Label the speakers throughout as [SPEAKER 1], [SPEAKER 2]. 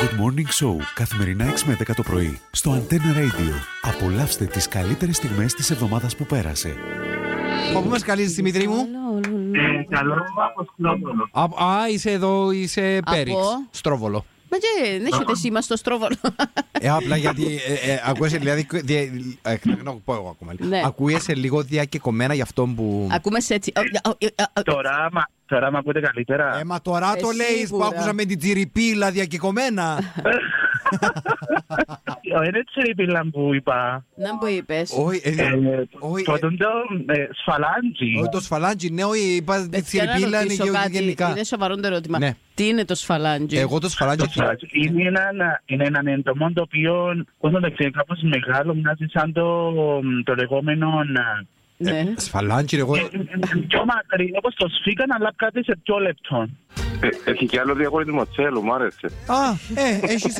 [SPEAKER 1] Good Morning Show, καθημερινά 6 με 10 το πρωί, στο Antenna Radio. Απολαύστε τις καλύτερες στιγμές της εβδομάδας που πέρασε.
[SPEAKER 2] Από πού μας καλείς, Δημήτρη μου?
[SPEAKER 3] Ε, Καλό Αποστολόπουλο.
[SPEAKER 2] Α, α, είσαι εδώ, είσαι
[SPEAKER 4] Από?
[SPEAKER 2] Πέριξ. Στρόβολο.
[SPEAKER 4] Μα και δεν έχετε σήμα στο στρόβολο.
[SPEAKER 2] Ε, απλά γιατί ε, ε, ακούεσαι, δηλαδή, διε- ε, να πω εγώ ακόμα. λίγο.
[SPEAKER 4] Ναι.
[SPEAKER 2] Ακούεσαι λίγο διακεκομένα για αυτόν που...
[SPEAKER 4] Ακούμε σε έτσι. Ο, ο, ο, ο,
[SPEAKER 3] Τώρα, μα, τώρα με ακούτε καλύτερα.
[SPEAKER 2] Ε, μα τώρα
[SPEAKER 4] Ε,
[SPEAKER 2] το λέει που
[SPEAKER 4] σίγουρα.
[SPEAKER 2] άκουσα με την τσιριπίλα διακεκομένα.
[SPEAKER 3] Ε, Είναι τσιριπίλα που είπα.
[SPEAKER 4] Να μου είπες.
[SPEAKER 2] Όχι, ε,
[SPEAKER 3] Ε,
[SPEAKER 2] όχι,
[SPEAKER 3] Το
[SPEAKER 2] ε,
[SPEAKER 3] τον σφαλάντζι.
[SPEAKER 2] όχι, το σφαλάντζι, ναι, όχι, είπα την τσιριπίλα είναι γε- γενικά.
[SPEAKER 4] Είναι σοβαρό το ερώτημα.
[SPEAKER 2] Ναι.
[SPEAKER 4] Τι είναι το σφαλάντζι.
[SPEAKER 2] Εγώ το σφαλάντζι...
[SPEAKER 3] Το σφαλάντζι. Είναι έναν- είναι έναν έντομο το οποίο, όταν το ξέρει κάπως μεγάλο, μοιάζει σαν το, το λεγόμενο... να-
[SPEAKER 4] Ναι.
[SPEAKER 2] Σφαλάντζι, εγώ...
[SPEAKER 3] Ε, ε, Πιο μακρύ, όπως το σφίγγαν, αλλά κάτι σε πιο λεπτό.
[SPEAKER 5] Ε, Έχει και άλλο διαχωρισμό, τσέλο, μου άρεσε.
[SPEAKER 2] Α, ε, έχεις...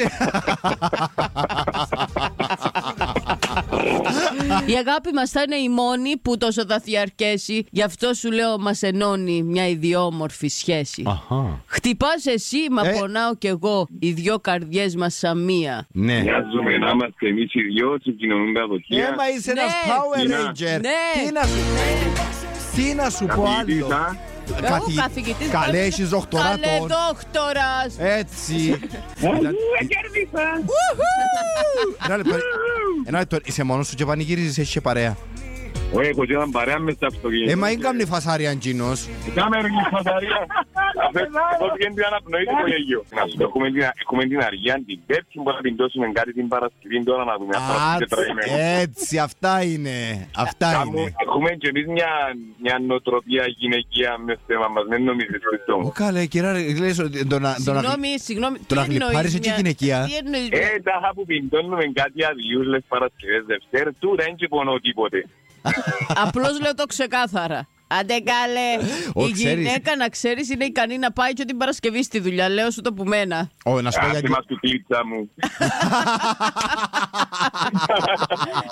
[SPEAKER 2] Ε,
[SPEAKER 4] Η αγάπη μας θα είναι η μόνη που τόσο θα διαρκέσει. Γι' αυτό σου λέω, μας ενώνει μια ιδιόμορφη σχέση.
[SPEAKER 2] Αχα.
[SPEAKER 4] Χτυπάς εσύ, μα
[SPEAKER 2] Ε.
[SPEAKER 4] πονάω κι εγώ. Οι δυο καρδιές μας σαν μία.
[SPEAKER 2] Ναι.
[SPEAKER 5] Μοιάζουμε να είμαστε εμείς οι δυο, συγκοινωνούμε τα
[SPEAKER 2] Ε,
[SPEAKER 5] δοχεία.
[SPEAKER 2] μα είσαι
[SPEAKER 4] Ναι.
[SPEAKER 2] ένας Power
[SPEAKER 5] Ναι.
[SPEAKER 2] Ranger.
[SPEAKER 4] Ναι.
[SPEAKER 2] Τι να σου, τι να σου πω
[SPEAKER 5] Καθηγητής,
[SPEAKER 2] άλλο.
[SPEAKER 5] α.
[SPEAKER 4] Εγώ καθηγητή.
[SPEAKER 2] Ε, Καλέ, έχεις Ε,
[SPEAKER 4] Καλέ,
[SPEAKER 2] δοχτοράτο.
[SPEAKER 4] δόκτορα.
[SPEAKER 2] Έτσι. Ήταν-
[SPEAKER 3] Ε,
[SPEAKER 2] Ένα λεπτό. Ένα λεπτό. Είσαι μόνος σου και πανηγυρίζεις, έχεις και παρέα.
[SPEAKER 5] Όχι, εγώ και ήταν παρέα μες στα αυτοκίνητα.
[SPEAKER 2] Ε, μα είναι καμνή φασάρι αντζίνος.
[SPEAKER 5] Κάμε ρε φασαρία. Πώς γίνεται η αναπνοή του κολέγιου. Να σου πω, έχουμε την- έχουμε την αργία, την πέψη, μπορούμε να την δώσουμε κάτι την Παρασκευή τώρα να δούμε. αυτό
[SPEAKER 2] Α,
[SPEAKER 5] το τετραήμερο.
[SPEAKER 2] Έτσι, αυτά είναι. Αυτά
[SPEAKER 5] Κάμου-
[SPEAKER 2] είναι.
[SPEAKER 5] Έχουμε και εμείς μια, μια νοοτροπία γυναικεία μες θέμα μας. Δεν νομίζεις, Χριστό
[SPEAKER 2] Ω,
[SPEAKER 5] μου.
[SPEAKER 2] Καλέ, κύριε, λες ότι τον α- τον α-
[SPEAKER 4] Συγγνώμη, συγγνώμη.
[SPEAKER 2] τον
[SPEAKER 4] τι
[SPEAKER 2] αγλιπάρισε
[SPEAKER 4] εννοείς
[SPEAKER 2] και
[SPEAKER 4] μια-
[SPEAKER 2] γυναικεία.
[SPEAKER 4] Τι εννοείς μια-
[SPEAKER 5] Ε, τάχα που πιντώνουμε κάτι αδιούλες Παρασκευές Δευτέρ, του δεν και πονώ τίποτε.
[SPEAKER 4] Απλώς λέω το ξεκάθαρα. Άντε καλέ.
[SPEAKER 2] Ω,
[SPEAKER 4] η
[SPEAKER 2] ξέρεις.
[SPEAKER 4] γυναίκα να ξέρεις είναι ικανή να πάει και την Παρασκευή στη δουλειά. Λέω σου το που μένα.
[SPEAKER 2] Ω, να σου πω
[SPEAKER 5] Άσε
[SPEAKER 2] γιατί.
[SPEAKER 5] μας του κλίτσα μου.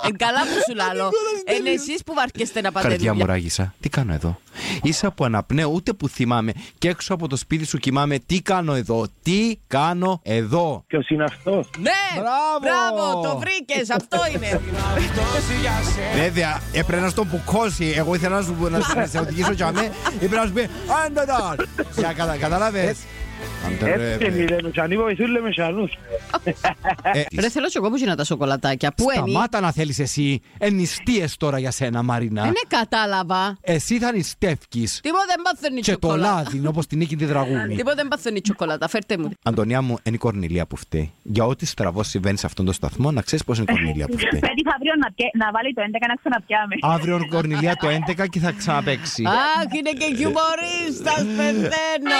[SPEAKER 4] ε, καλά που σου λάλο. Εν εσείς που βαρκέστε να πάτε
[SPEAKER 2] Καρδιά μου
[SPEAKER 4] δουλειά.
[SPEAKER 2] ράγισα. Τι κάνω εδώ. Ίσα που αναπνέω, ούτε που θυμάμαι. Και έξω από το σπίτι σου κοιμάμαι. Τι κάνω εδώ. Τι κάνω εδώ.
[SPEAKER 3] Ποιος είναι αυτός?
[SPEAKER 4] Ναι!
[SPEAKER 2] Μπράβο!
[SPEAKER 4] Μπράβο, το βρήκες. Αυτό είναι.
[SPEAKER 2] Βέβαια, έπρεπε να στον πουκώσει. Εγώ ήθελα να σου να σε- να σε οδηγήσω για μέ. Έπρεπε να σου πει Άντε τα! Για κατα- Κατάλαβες. Άντε ρε,
[SPEAKER 3] Έτσι
[SPEAKER 2] παιδί.
[SPEAKER 3] μιλάμε, σαν είπαμε, σου λέμε σανούς.
[SPEAKER 2] Ε,
[SPEAKER 4] Ρε θέλω και εγώ που γίνα τα σοκολατάκια. Πού είναι.
[SPEAKER 2] Σταμάτα να θέλεις εσύ. Ενιστείες τώρα για σένα, Μαρίνα.
[SPEAKER 4] Δεν Ναι, κατάλαβα.
[SPEAKER 2] Εσύ θα νηστεύκεις.
[SPEAKER 4] Τίποτα δεν παθαίνει η
[SPEAKER 2] Και το
[SPEAKER 4] τσοκολάτα.
[SPEAKER 2] λάδι, όπως την νίκη τη τραγούμη.
[SPEAKER 4] Τίποτα δεν παθαίνει η τσοκολάτα. Φέρτε μου.
[SPEAKER 2] Αντωνία μου, είναι η Κορνηλία που φταίει. Για ό,τι στραβό συμβαίνει σε αυτόν τον σταθμό, να ξέρεις πώς είναι η Κορνηλία που φταίει.
[SPEAKER 6] Πέτυχα αύριο να, πιέ- να βάλει το 11 να ξαναπιάμε.
[SPEAKER 2] Αύριο η Κορνηλία το 11 και θα ξαναπέξει.
[SPEAKER 4] Αχ, είναι και χιουμορίστας, πεθαίνω.